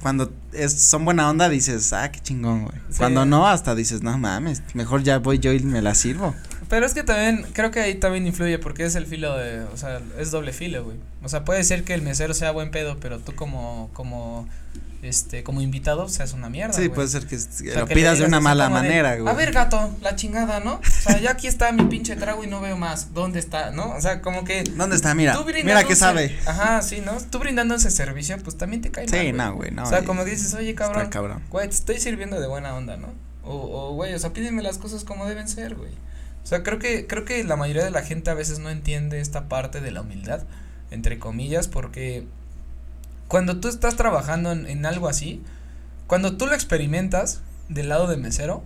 [SPEAKER 1] cuando es, son buena onda dices, ah, qué chingón, güey.
[SPEAKER 2] Sí.
[SPEAKER 1] Cuando no, hasta dices, no mames, mejor ya voy yo y me la sirvo.
[SPEAKER 2] Pero es que también, creo que ahí también influye porque es el filo de, o sea, es doble filo, güey. O sea, puede ser que el mesero sea buen pedo, pero tú como, como, este, como invitado seas una mierda,
[SPEAKER 1] sí,
[SPEAKER 2] güey.
[SPEAKER 1] puede ser que s-
[SPEAKER 2] O sea,
[SPEAKER 1] lo
[SPEAKER 2] que le
[SPEAKER 1] pidas de
[SPEAKER 2] digas
[SPEAKER 1] una
[SPEAKER 2] así
[SPEAKER 1] mala
[SPEAKER 2] como de,
[SPEAKER 1] manera, güey.
[SPEAKER 2] A ver, gato, la chingada, ¿no? O sea, ya aquí está mi pinche trago y no veo más. ¿Dónde está, no? O sea, como que.
[SPEAKER 1] ¿Dónde está? Mira,
[SPEAKER 2] tú brindando
[SPEAKER 1] mira
[SPEAKER 2] un
[SPEAKER 1] que sabe.
[SPEAKER 2] ser- Ajá, sí, ¿no? Tú brindando ese servicio, pues también te cae mal,
[SPEAKER 1] Sí, no, güey, no.
[SPEAKER 2] o sea,
[SPEAKER 1] y-
[SPEAKER 2] como que dices, oye,
[SPEAKER 1] está
[SPEAKER 2] cabrón,
[SPEAKER 1] cabrón.
[SPEAKER 2] Güey, te estoy sirviendo de buena onda, ¿no? O, o, güey, o sea, pídeme las cosas como deben ser, güey. O sea, creo que, creo que la mayoría de la gente a veces no entiende esta parte de la humildad, entre comillas, porque cuando tú estás trabajando en, en algo así, cuando tú lo experimentas del lado de mesero,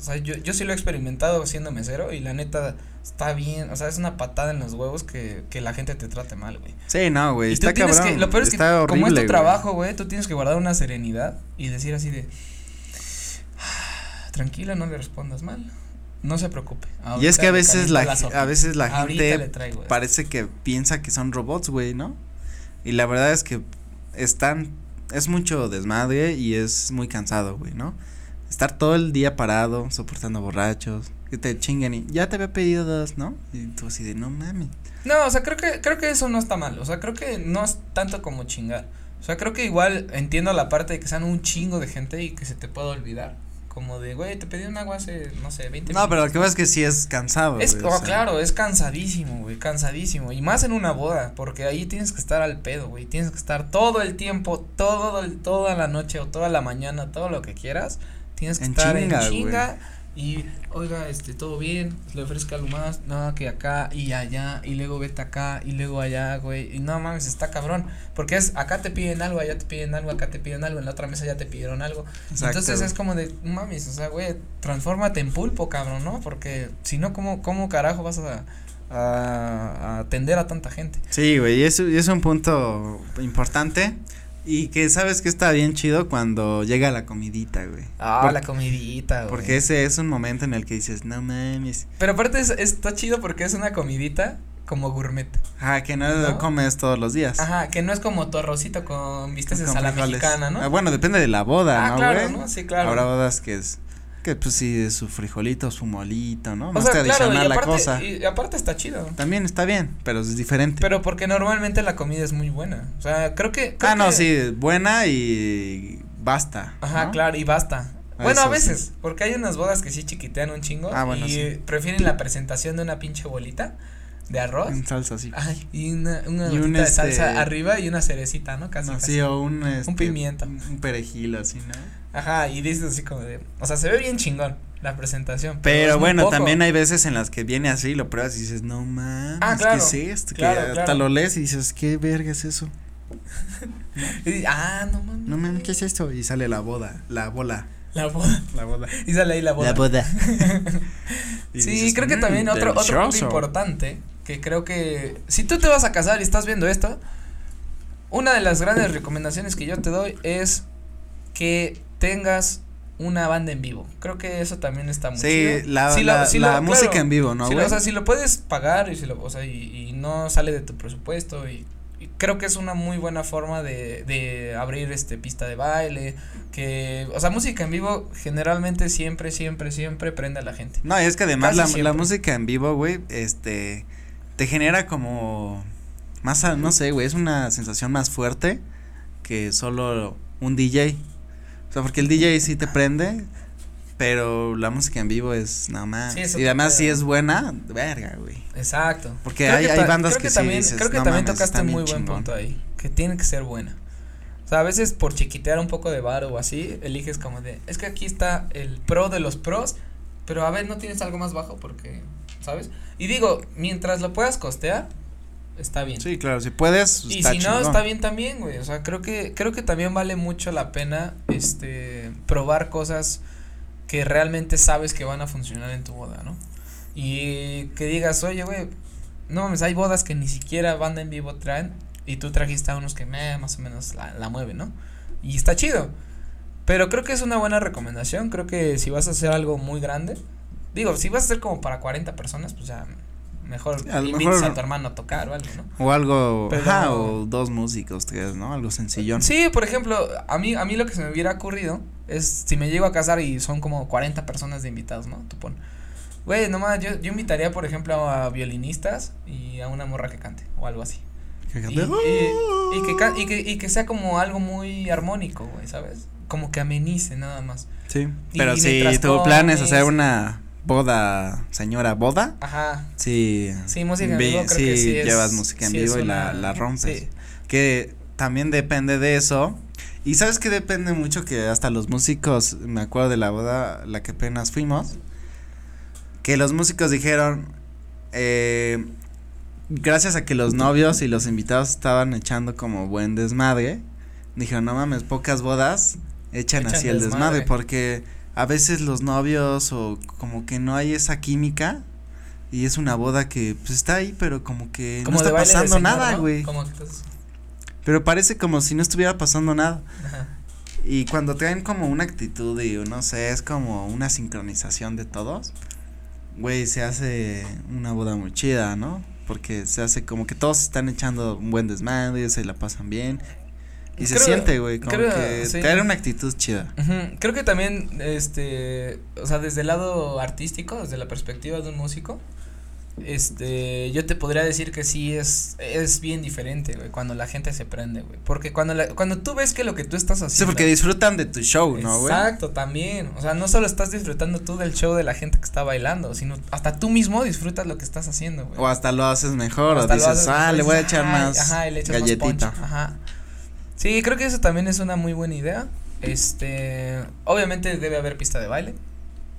[SPEAKER 2] o sea, yo, yo sí lo he experimentado siendo mesero y la neta está bien, o sea, es una patada en los huevos que, que la gente te trate mal, güey.
[SPEAKER 1] Sí, no, güey,
[SPEAKER 2] Y tú
[SPEAKER 1] está
[SPEAKER 2] tienes
[SPEAKER 1] cabrón.
[SPEAKER 2] que, lo peor es que
[SPEAKER 1] está
[SPEAKER 2] como es
[SPEAKER 1] horrible,
[SPEAKER 2] tu
[SPEAKER 1] güey.
[SPEAKER 2] trabajo, güey, tú tienes que guardar una serenidad y decir así de "Ah, tranquila, no le respondas mal. No se preocupe.
[SPEAKER 1] Y es
[SPEAKER 2] Ah, ahorita
[SPEAKER 1] que a
[SPEAKER 2] le
[SPEAKER 1] veces
[SPEAKER 2] caliento
[SPEAKER 1] la,
[SPEAKER 2] la sopa,
[SPEAKER 1] a veces la
[SPEAKER 2] ahorita
[SPEAKER 1] gente
[SPEAKER 2] le traigo esto".
[SPEAKER 1] parece que piensa que son robots, güey, ¿no? Y la verdad es que están, es mucho desmadre y es muy cansado, güey, ¿no? Estar todo el día parado, soportando borrachos, que te chinguen y ya te había pedido dos, ¿no? Y tú así de, no mames.
[SPEAKER 2] No, o sea, creo que creo que eso no está mal, o sea, creo que no es tanto como chingar. O sea, creo que igual entiendo la parte de que sean un chingo de gente y que se te pueda olvidar, como de, güey, te pedí un agua hace no sé, 20
[SPEAKER 1] No, pero lo que pasa es que sí es cansado,
[SPEAKER 2] Es,
[SPEAKER 1] güey, o
[SPEAKER 2] oh,
[SPEAKER 1] sea,
[SPEAKER 2] claro, es cansadísimo, güey, cansadísimo. Y más en una boda, porque ahí tienes que estar al pedo, güey. Tienes que estar todo el tiempo, todo el- toda la noche o toda la mañana, todo lo que quieras. Tienes que
[SPEAKER 1] En
[SPEAKER 2] estar
[SPEAKER 1] chinga,
[SPEAKER 2] en
[SPEAKER 1] güey.
[SPEAKER 2] chinga. Y, oiga, este, todo bien, le ofrezco algo más, no, que acá y allá, y luego vete acá, y luego allá, güey, y no mames, está cabrón, porque es, acá te piden algo, allá te piden algo, acá te piden algo, en la otra mesa ya te pidieron algo,
[SPEAKER 1] Exacto,
[SPEAKER 2] entonces
[SPEAKER 1] güey.
[SPEAKER 2] es como de, mames, o sea, güey, transfórmate en pulpo, cabrón, ¿no? Porque si no, ¿cómo, cómo carajo vas a, a- a atender a tanta gente?
[SPEAKER 1] Sí, güey, y es, y es un punto importante y que sabes que está bien chido cuando llega la comidita, güey.
[SPEAKER 2] Ah,
[SPEAKER 1] Por-
[SPEAKER 2] la comidita, güey.
[SPEAKER 1] Porque ese es un momento en el que dices, no mames.
[SPEAKER 2] Pero aparte es- está chido porque es una comidita como gourmet.
[SPEAKER 1] Ah, que no,
[SPEAKER 2] ¿No?
[SPEAKER 1] lo comes todos los días.
[SPEAKER 2] Ajá, que no es como tu arrocito con bisteces
[SPEAKER 1] Con
[SPEAKER 2] a la
[SPEAKER 1] frijoles.
[SPEAKER 2] mexicana, ¿no?
[SPEAKER 1] Ah, bueno, depende de la boda,
[SPEAKER 2] Ah,
[SPEAKER 1] ¿no,
[SPEAKER 2] claro,
[SPEAKER 1] güey?
[SPEAKER 2] ¿no? Sí, claro.
[SPEAKER 1] Habrá bodas que es, que pues sí, es su frijolito, su molito, ¿no?
[SPEAKER 2] o
[SPEAKER 1] Más
[SPEAKER 2] sea,
[SPEAKER 1] tradicional
[SPEAKER 2] claro, y aparte,
[SPEAKER 1] la cosa.
[SPEAKER 2] y aparte está chido.
[SPEAKER 1] También está bien, pero es diferente.
[SPEAKER 2] Pero porque normalmente la comida es muy buena. O sea, creo que. creo
[SPEAKER 1] ah, no,
[SPEAKER 2] que-
[SPEAKER 1] sí, buena y basta.
[SPEAKER 2] Ajá,
[SPEAKER 1] ¿no?
[SPEAKER 2] claro, y basta.
[SPEAKER 1] A
[SPEAKER 2] bueno, a
[SPEAKER 1] veces,
[SPEAKER 2] veces, porque hay unas bodas que sí chiquitean un chingo
[SPEAKER 1] Ah, bueno,
[SPEAKER 2] y
[SPEAKER 1] sí.
[SPEAKER 2] eh, prefieren la presentación de una pinche bolita de arroz
[SPEAKER 1] En salsa, sí.
[SPEAKER 2] ay, y una, una
[SPEAKER 1] Y un,
[SPEAKER 2] gotita de salsa
[SPEAKER 1] este,
[SPEAKER 2] arriba y una cerecita, ¿no? Casi,
[SPEAKER 1] No,
[SPEAKER 2] casi.
[SPEAKER 1] sí, o un, este,
[SPEAKER 2] pimiento.
[SPEAKER 1] Un un perejil, así, ¿no?
[SPEAKER 2] Ajá, y dices así como de, o sea, se ve bien chingón la presentación. es
[SPEAKER 1] Pero
[SPEAKER 2] Pues muy
[SPEAKER 1] bueno,
[SPEAKER 2] poco.
[SPEAKER 1] también hay veces en las que viene así y lo pruebas y dices, no mames,
[SPEAKER 2] Ah, claro,
[SPEAKER 1] ¿qué es esto? Que
[SPEAKER 2] claro,
[SPEAKER 1] hasta
[SPEAKER 2] claro.
[SPEAKER 1] lo lees y dices, ¿qué verga es eso?
[SPEAKER 2] Y dices, ah, no mames.
[SPEAKER 1] No mames, ¿qué es esto? Y sale la boda, la bola,
[SPEAKER 2] La boda.
[SPEAKER 1] la boda.
[SPEAKER 2] Y sale ahí la boda.
[SPEAKER 1] boda. Y
[SPEAKER 2] Sí,
[SPEAKER 1] dices,
[SPEAKER 2] creo que
[SPEAKER 1] "Mm,
[SPEAKER 2] también otro, otro punto
[SPEAKER 1] delicioso".
[SPEAKER 2] importante, que creo que si tú te vas a casar y estás viendo esto, una de las grandes recomendaciones que yo te doy es que tengas una banda en vivo. Creo que eso también está muy
[SPEAKER 1] Sí,
[SPEAKER 2] chido.
[SPEAKER 1] la,
[SPEAKER 2] Si lo-
[SPEAKER 1] la,
[SPEAKER 2] si
[SPEAKER 1] la
[SPEAKER 2] lo-
[SPEAKER 1] música
[SPEAKER 2] claro,
[SPEAKER 1] en vivo, ¿no,
[SPEAKER 2] si lo-
[SPEAKER 1] güey?
[SPEAKER 2] o sea, si lo puedes pagar y si lo, o sea, y, y no sale de tu presupuesto y, y creo que es una muy buena forma de, de abrir este pista de baile, que, o sea, música en vivo generalmente siempre, siempre, siempre prende a la gente.
[SPEAKER 1] No, y es que además
[SPEAKER 2] Casi
[SPEAKER 1] la,
[SPEAKER 2] siempre.
[SPEAKER 1] la música en vivo, güey, este, te genera como más, a- no sé, güey, es una sensación más fuerte que solo un DJ. O sea, porque el DJ sí te prende, pero la música en vivo es nada más.
[SPEAKER 2] Sí, eso
[SPEAKER 1] y
[SPEAKER 2] te
[SPEAKER 1] además si
[SPEAKER 2] pega.
[SPEAKER 1] es buena, verga, güey.
[SPEAKER 2] Exacto.
[SPEAKER 1] Porque
[SPEAKER 2] Creo
[SPEAKER 1] hay- hay
[SPEAKER 2] ta-
[SPEAKER 1] bandas
[SPEAKER 2] creo
[SPEAKER 1] que sí
[SPEAKER 2] también,
[SPEAKER 1] dices,
[SPEAKER 2] Creo que
[SPEAKER 1] "No
[SPEAKER 2] también
[SPEAKER 1] mames,
[SPEAKER 2] tocaste
[SPEAKER 1] está
[SPEAKER 2] un
[SPEAKER 1] bien
[SPEAKER 2] muy buen
[SPEAKER 1] chingón".
[SPEAKER 2] punto ahí, que tiene que ser buena. O sea, a veces por chiquitear un poco de bar o así, eliges como de, es que aquí está el pro de los pros, pero a ver, ¿no tienes algo más bajo? Porque, ¿sabes? Y digo, mientras lo puedas costear, está bien.
[SPEAKER 1] Sí, claro, si puedes.
[SPEAKER 2] Y
[SPEAKER 1] está
[SPEAKER 2] si no,
[SPEAKER 1] chingón.
[SPEAKER 2] está bien también, güey. O sea, creo que, creo que también vale mucho la pena este probar cosas que realmente sabes que van a funcionar en tu boda, ¿no? Y que digas, oye, güey, no mames, hay bodas que ni siquiera banda en vivo traen y tú trajiste a unos que meh, más o menos la, la mueven, ¿no? Y está chido. Pero creo que es una buena recomendación. Creo que si vas a hacer algo muy grande, digo, si vas a hacer como para 40 personas, pues ya mejor
[SPEAKER 1] A lo
[SPEAKER 2] invitas
[SPEAKER 1] mejor-
[SPEAKER 2] a tu hermano a tocar o algo, ¿no?
[SPEAKER 1] O algo,
[SPEAKER 2] Pero-
[SPEAKER 1] ajá, o dos músicos, tres, ¿no? Algo sencillón.
[SPEAKER 2] Sí, por ejemplo, a mí, a mí lo que se me hubiera ocurrido es si me llego a casar y son como 40 personas de invitados, ¿no? Tú pon. Güey, nomás yo, yo invitaría, por ejemplo, a violinistas y a una morra que cante o algo así. Y, y- y que, ca- y, que, y que sea como algo muy armónico, güey, ¿sabes? Como que amenice nada más.
[SPEAKER 1] Sí.
[SPEAKER 2] y
[SPEAKER 1] Pero si
[SPEAKER 2] mientras
[SPEAKER 1] tu plan es hacer
[SPEAKER 2] comes.
[SPEAKER 1] una boda, señora boda,
[SPEAKER 2] Ajá.
[SPEAKER 1] sí.
[SPEAKER 2] Sí, música en
[SPEAKER 1] vi-
[SPEAKER 2] vivo creo
[SPEAKER 1] sí
[SPEAKER 2] que sí
[SPEAKER 1] llevas
[SPEAKER 2] es-
[SPEAKER 1] música en
[SPEAKER 2] sí es
[SPEAKER 1] vivo y la,
[SPEAKER 2] una-
[SPEAKER 1] la rompes.
[SPEAKER 2] sí.
[SPEAKER 1] Que también depende de eso. Y sabes que depende mucho que hasta los músicos, me acuerdo de la boda, la que apenas fuimos, que los músicos dijeron, eh, gracias a que los novios y los invitados estaban echando como buen desmadre, dijeron, no mames, pocas bodas echan,
[SPEAKER 2] Echan
[SPEAKER 1] así el desmadre,
[SPEAKER 2] desmadre.
[SPEAKER 1] porque a veces los novios o como que no hay esa química y es una boda que pues está ahí, pero como que
[SPEAKER 2] Como
[SPEAKER 1] no
[SPEAKER 2] de
[SPEAKER 1] está
[SPEAKER 2] baile de
[SPEAKER 1] pasando
[SPEAKER 2] señor,
[SPEAKER 1] nada,
[SPEAKER 2] ¿no?
[SPEAKER 1] güey.
[SPEAKER 2] Como que estás-
[SPEAKER 1] Pero parece como si no estuviera pasando nada.
[SPEAKER 2] ajá.
[SPEAKER 1] Y cuando traen como una actitud y no sé, es como una sincronización de todos, güey, se hace una boda muy chida, ¿no? Porque se hace como que todos están echando un buen desmadre, se la pasan bien. Y se
[SPEAKER 2] Creo-
[SPEAKER 1] siente, güey, como
[SPEAKER 2] creo,
[SPEAKER 1] que
[SPEAKER 2] sí.
[SPEAKER 1] traer una actitud chida.
[SPEAKER 2] Ujú, Creo que también, este, o sea, desde el lado artístico, desde la perspectiva de un músico, este, yo te podría decir que sí es, es bien diferente, güey, cuando la gente se prende, güey, porque cuando la, cuando tú ves que lo que tú estás
[SPEAKER 1] Sí,
[SPEAKER 2] haciendo.
[SPEAKER 1] porque disfrutan de tu show, ¿no, güey?
[SPEAKER 2] Exacto, también, o sea, no solo estás disfrutando tú del show de la gente que está bailando, sino hasta tú mismo disfrutas lo que estás haciendo, güey.
[SPEAKER 1] O hasta lo haces mejor,
[SPEAKER 2] Hasta
[SPEAKER 1] o
[SPEAKER 2] lo haces,
[SPEAKER 1] dices, ah, le
[SPEAKER 2] dices,
[SPEAKER 1] voy a echar
[SPEAKER 2] "Ay",
[SPEAKER 1] más
[SPEAKER 2] ajá, y le echas más
[SPEAKER 1] galletita.
[SPEAKER 2] punch, ajá. Sí, creo que eso también es una muy buena idea. Este, obviamente debe haber pista de baile.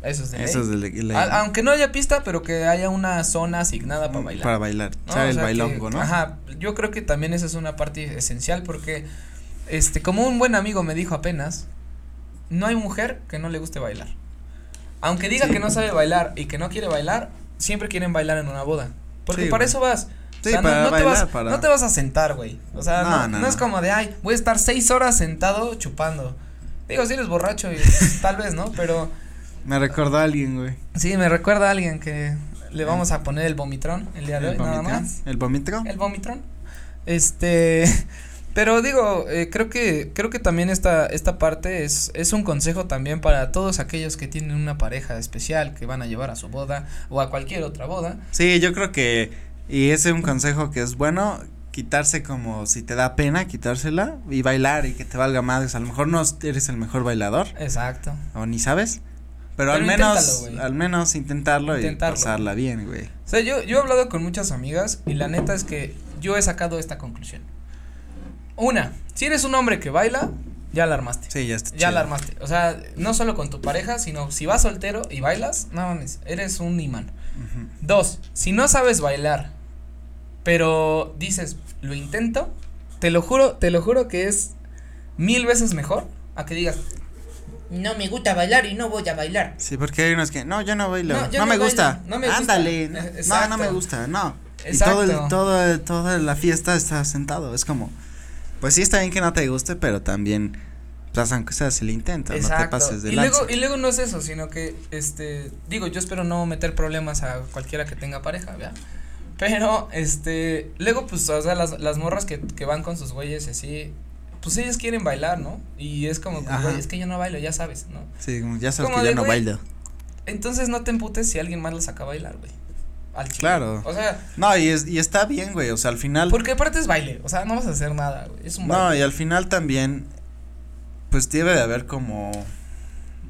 [SPEAKER 2] Eso es de
[SPEAKER 1] Eso
[SPEAKER 2] ley.
[SPEAKER 1] es de le- le-
[SPEAKER 2] A- aunque no haya pista, pero que haya una zona asignada Ah, para bailar.
[SPEAKER 1] Para bailar,
[SPEAKER 2] ¿no?
[SPEAKER 1] echar
[SPEAKER 2] O
[SPEAKER 1] el
[SPEAKER 2] sea, que-
[SPEAKER 1] bailongo, ¿no?
[SPEAKER 2] Ajá, yo creo que también esa es una parte esencial porque, este, como un buen amigo me dijo apenas, no hay mujer que no le guste bailar. Aunque diga que no sabe bailar y que no quiere bailar, siempre quieren bailar en una boda. Porque
[SPEAKER 1] Sí,
[SPEAKER 2] para
[SPEAKER 1] güey.
[SPEAKER 2] eso vas.
[SPEAKER 1] Sí,
[SPEAKER 2] O sea, no-
[SPEAKER 1] para
[SPEAKER 2] no, te
[SPEAKER 1] bailar,
[SPEAKER 2] vas,
[SPEAKER 1] para-
[SPEAKER 2] no te vas a sentar, güey. O sea,
[SPEAKER 1] No,
[SPEAKER 2] no,
[SPEAKER 1] no,
[SPEAKER 2] no
[SPEAKER 1] no.
[SPEAKER 2] es como de, ay, voy a estar seis horas sentado chupando. Digo, si eres borracho, y, pues, tal vez, ¿no? Pero
[SPEAKER 1] Me recordó a alguien, güey.
[SPEAKER 2] sí, me recuerda a alguien que le vamos a poner el vomitrón el día de hoy,
[SPEAKER 1] ¿El
[SPEAKER 2] nada
[SPEAKER 1] vomitrón?
[SPEAKER 2] más.
[SPEAKER 1] ¿El vomitrón?
[SPEAKER 2] El vomitrón. Este, pero digo, eh, creo que creo que también esta esta parte es es un consejo también para todos aquellos que tienen una pareja especial que van a llevar a su boda o a cualquier otra boda.
[SPEAKER 1] Sí, yo creo que, y ese es un consejo que es bueno, quitarse como si te da pena, quitársela y bailar y que te valga madres. A lo mejor no eres el mejor bailador
[SPEAKER 2] Exacto.
[SPEAKER 1] o ni sabes, pero,
[SPEAKER 2] Pero
[SPEAKER 1] al menos,
[SPEAKER 2] inténtalo, güey.
[SPEAKER 1] al menos intentarlo,
[SPEAKER 2] Intentarlo.
[SPEAKER 1] y pasarla bien, güey.
[SPEAKER 2] O sea, yo yo he hablado con muchas amigas y la neta es que yo he sacado esta conclusión. Una, si eres un hombre que baila, ya la armaste.
[SPEAKER 1] Sí, ya está.
[SPEAKER 2] Ya
[SPEAKER 1] chido.
[SPEAKER 2] la armaste. O sea, no solo con tu pareja, sino si vas soltero y bailas, no mames, eres un imán.
[SPEAKER 1] Ujú.
[SPEAKER 2] Dos, si no sabes bailar, pero dices, lo intento, te lo juro, te lo juro que es mil veces mejor a que digas, no me gusta bailar y no voy a bailar.
[SPEAKER 1] Sí, porque hay unos que, no, yo no bailo, no,
[SPEAKER 2] No, yo no
[SPEAKER 1] me
[SPEAKER 2] bailo,
[SPEAKER 1] gusta,
[SPEAKER 2] no me gusta".
[SPEAKER 1] ándale, no,
[SPEAKER 2] Eh,
[SPEAKER 1] no, no
[SPEAKER 2] exacto.
[SPEAKER 1] me gusta, no. Y
[SPEAKER 2] Exacto.
[SPEAKER 1] todo el, todo el- toda la fiesta está sentado, es como, pues sí está bien que no te guste, pero también pues aunque sea, se le intenta, no te pases de
[SPEAKER 2] y
[SPEAKER 1] lanza.
[SPEAKER 2] luego, y luego no es eso, sino que, este, digo, yo espero no meter problemas a cualquiera que tenga pareja, ¿verdad? Pero, este, luego, pues, o sea, las, las morras que, que van con sus güeyes y así, pues ellas quieren bailar, ¿no? Y es como, que,
[SPEAKER 1] Ajá.
[SPEAKER 2] güey, es que yo no bailo, ya sabes, ¿no?
[SPEAKER 1] Sí, como ya sabes
[SPEAKER 2] Como
[SPEAKER 1] que yo
[SPEAKER 2] de,
[SPEAKER 1] no
[SPEAKER 2] güey,
[SPEAKER 1] bailo.
[SPEAKER 2] Entonces no te emputes si alguien más las saca a bailar, güey. Al chile.
[SPEAKER 1] Claro.
[SPEAKER 2] O sea,
[SPEAKER 1] No, y, es- y está bien, güey, o sea, al final.
[SPEAKER 2] porque aparte es baile, o sea, no vas a hacer nada, güey. Es un
[SPEAKER 1] No,
[SPEAKER 2] baile.
[SPEAKER 1] y al final también, pues debe de haber como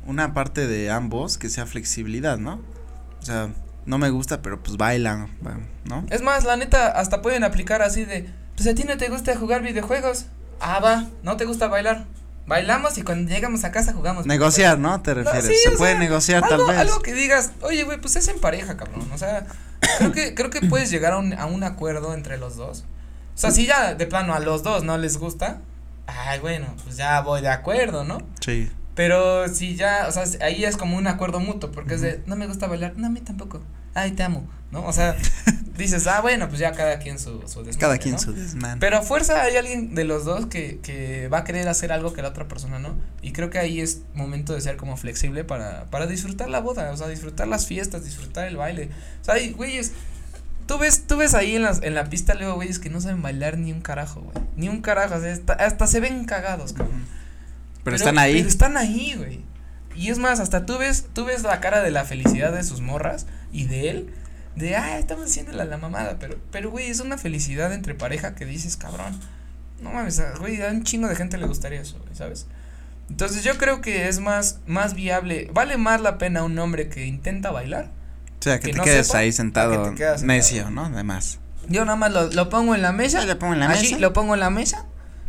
[SPEAKER 1] una parte de ambos que sea flexibilidad, ¿no? O sea, no me gusta, pero pues bailan, va, ¿no?
[SPEAKER 2] Es más, la neta, hasta pueden aplicar así de, pues a ti no te gusta jugar videojuegos. Ah, va, no te gusta bailar. Bailamos y cuando llegamos a casa jugamos.
[SPEAKER 1] Negociar, ¿no? Te
[SPEAKER 2] No,
[SPEAKER 1] refieres.
[SPEAKER 2] sí,
[SPEAKER 1] Se
[SPEAKER 2] o
[SPEAKER 1] puede
[SPEAKER 2] sea,
[SPEAKER 1] negociar
[SPEAKER 2] algo,
[SPEAKER 1] tal vez.
[SPEAKER 2] Algo que digas, oye, güey, pues es en pareja, cabrón. O sea, creo que, creo que puedes llegar a un, a un acuerdo entre los dos. O sea, si ya de plano a los dos no les gusta, ay, bueno, pues ya voy de acuerdo, ¿no?
[SPEAKER 1] Sí.
[SPEAKER 2] Pero si ya, o sea, si- ahí es como un acuerdo mutuo, porque es de, no me gusta bailar, no, a mí tampoco, ay, te amo, ¿no? O sea, dices, ah, bueno, pues ya cada quien su, su desmadre,
[SPEAKER 1] Cada quien
[SPEAKER 2] ¿no?
[SPEAKER 1] su desmán.
[SPEAKER 2] Pero a fuerza hay alguien de los dos que, que va a querer hacer algo que la otra persona no. Y creo que ahí es momento de ser como flexible para, para disfrutar la boda, o sea, disfrutar las fiestas, disfrutar el baile. O sea, hay güeyes, tú ves, tú ves ahí en, las, en la pista luego güeyes que no saben bailar ni un carajo, güey. Ni un carajo, o sea, hasta, hasta se ven cagados,
[SPEAKER 1] Ujú.
[SPEAKER 2] cabrón.
[SPEAKER 1] Pero, están ahí.
[SPEAKER 2] Pero están ahí, güey. Y es más, hasta tú ves, tú ves la cara de la felicidad de sus morras y de él. De, ah, estamos haciendo la, la mamada. Pero, pero, güey, es una felicidad entre pareja que dices, cabrón. No mames, a- güey, a un chingo de gente le gustaría eso, güey, ¿sabes? Entonces yo creo que es más, más viable, vale más la pena un hombre que intenta bailar.
[SPEAKER 1] o sea, que,
[SPEAKER 2] que
[SPEAKER 1] te
[SPEAKER 2] no
[SPEAKER 1] quedes
[SPEAKER 2] sepa,
[SPEAKER 1] ahí
[SPEAKER 2] que te
[SPEAKER 1] sentado,
[SPEAKER 2] quedas sentado.
[SPEAKER 1] necio, ¿no? Además.
[SPEAKER 2] Yo nada más lo, lo pongo en la mesa.
[SPEAKER 1] Yo le pongo en la
[SPEAKER 2] así,
[SPEAKER 1] mesa.
[SPEAKER 2] lo pongo en la mesa,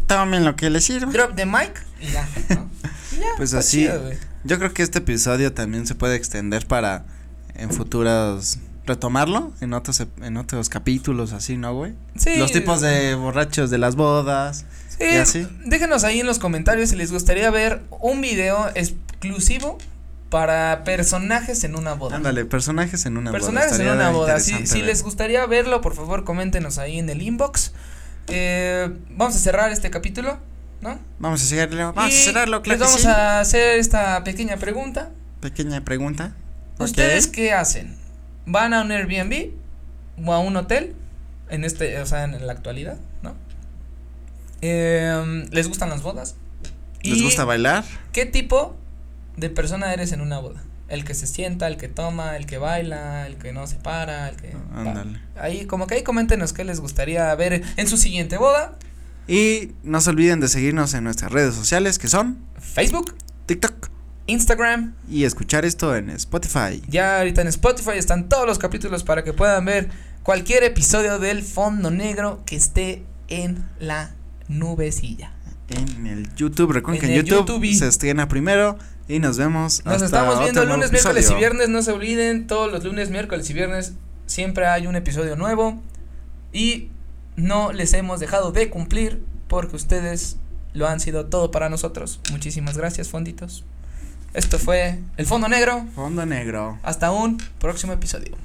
[SPEAKER 1] Tomen lo que les sirva.
[SPEAKER 2] drop the mic y ya, ¿no? Y ya,
[SPEAKER 1] Pues
[SPEAKER 2] está
[SPEAKER 1] así.
[SPEAKER 2] chido, güey.
[SPEAKER 1] Yo creo que este episodio también se puede extender para en futuros retomarlo en otros ep- en otros capítulos así, ¿no, güey?
[SPEAKER 2] Sí.
[SPEAKER 1] Los tipos de borrachos de las bodas.
[SPEAKER 2] Sí,
[SPEAKER 1] ¿Y así?
[SPEAKER 2] déjenos ahí en los comentarios si les gustaría ver un video exclusivo para personajes en una boda.
[SPEAKER 1] Ándale, personajes en una
[SPEAKER 2] personajes
[SPEAKER 1] boda.
[SPEAKER 2] en
[SPEAKER 1] estaría
[SPEAKER 2] una boda. Si,
[SPEAKER 1] interesante
[SPEAKER 2] si
[SPEAKER 1] ver.
[SPEAKER 2] les gustaría verlo, por favor, coméntenos ahí en el inbox. Eh, vamos a cerrar este capítulo, ¿no?
[SPEAKER 1] Vamos a cerrarlo, vamos
[SPEAKER 2] Y
[SPEAKER 1] a cerrarlo, claro
[SPEAKER 2] Les vamos
[SPEAKER 1] que sí.
[SPEAKER 2] a hacer esta pequeña pregunta.
[SPEAKER 1] Pequeña pregunta. Ok.
[SPEAKER 2] ¿Ustedes qué hacen? ¿Van a un Airbnb o a un hotel? En este, o sea, en la actualidad, ¿no? Em, ¿Les gustan las bodas?
[SPEAKER 1] ¿Les
[SPEAKER 2] Y-
[SPEAKER 1] gusta bailar?
[SPEAKER 2] ¿Qué tipo de persona eres en una boda? El que se sienta, el que toma, el que baila, el que no se para, el que.
[SPEAKER 1] Ah, Ándale.
[SPEAKER 2] Ahí, como que ahí coméntenos qué les gustaría ver en su siguiente boda.
[SPEAKER 1] Y no se olviden de seguirnos en nuestras redes sociales que son
[SPEAKER 2] Facebook,
[SPEAKER 1] TikTok
[SPEAKER 2] Instagram.
[SPEAKER 1] y escuchar esto en Spotify.
[SPEAKER 2] Ya ahorita en Spotify están todos los capítulos para que puedan ver cualquier episodio del fondo negro que esté en la nubecilla.
[SPEAKER 1] En el YouTube, recuerden
[SPEAKER 2] En
[SPEAKER 1] que en
[SPEAKER 2] el
[SPEAKER 1] YouTube,
[SPEAKER 2] YouTube.
[SPEAKER 1] se estrena primero y nos vemos.
[SPEAKER 2] Nos
[SPEAKER 1] hasta
[SPEAKER 2] estamos
[SPEAKER 1] otro
[SPEAKER 2] viendo
[SPEAKER 1] nuevo
[SPEAKER 2] lunes, miércoles y
[SPEAKER 1] episodio.
[SPEAKER 2] viernes. No se olviden, todos los lunes, miércoles y viernes siempre hay un episodio nuevo. Y no les hemos dejado de cumplir porque ustedes lo han sido todo para nosotros. Muchísimas gracias, fonditos. Esto fue El Fondo Negro.
[SPEAKER 1] Fondo negro.
[SPEAKER 2] Hasta un próximo episodio.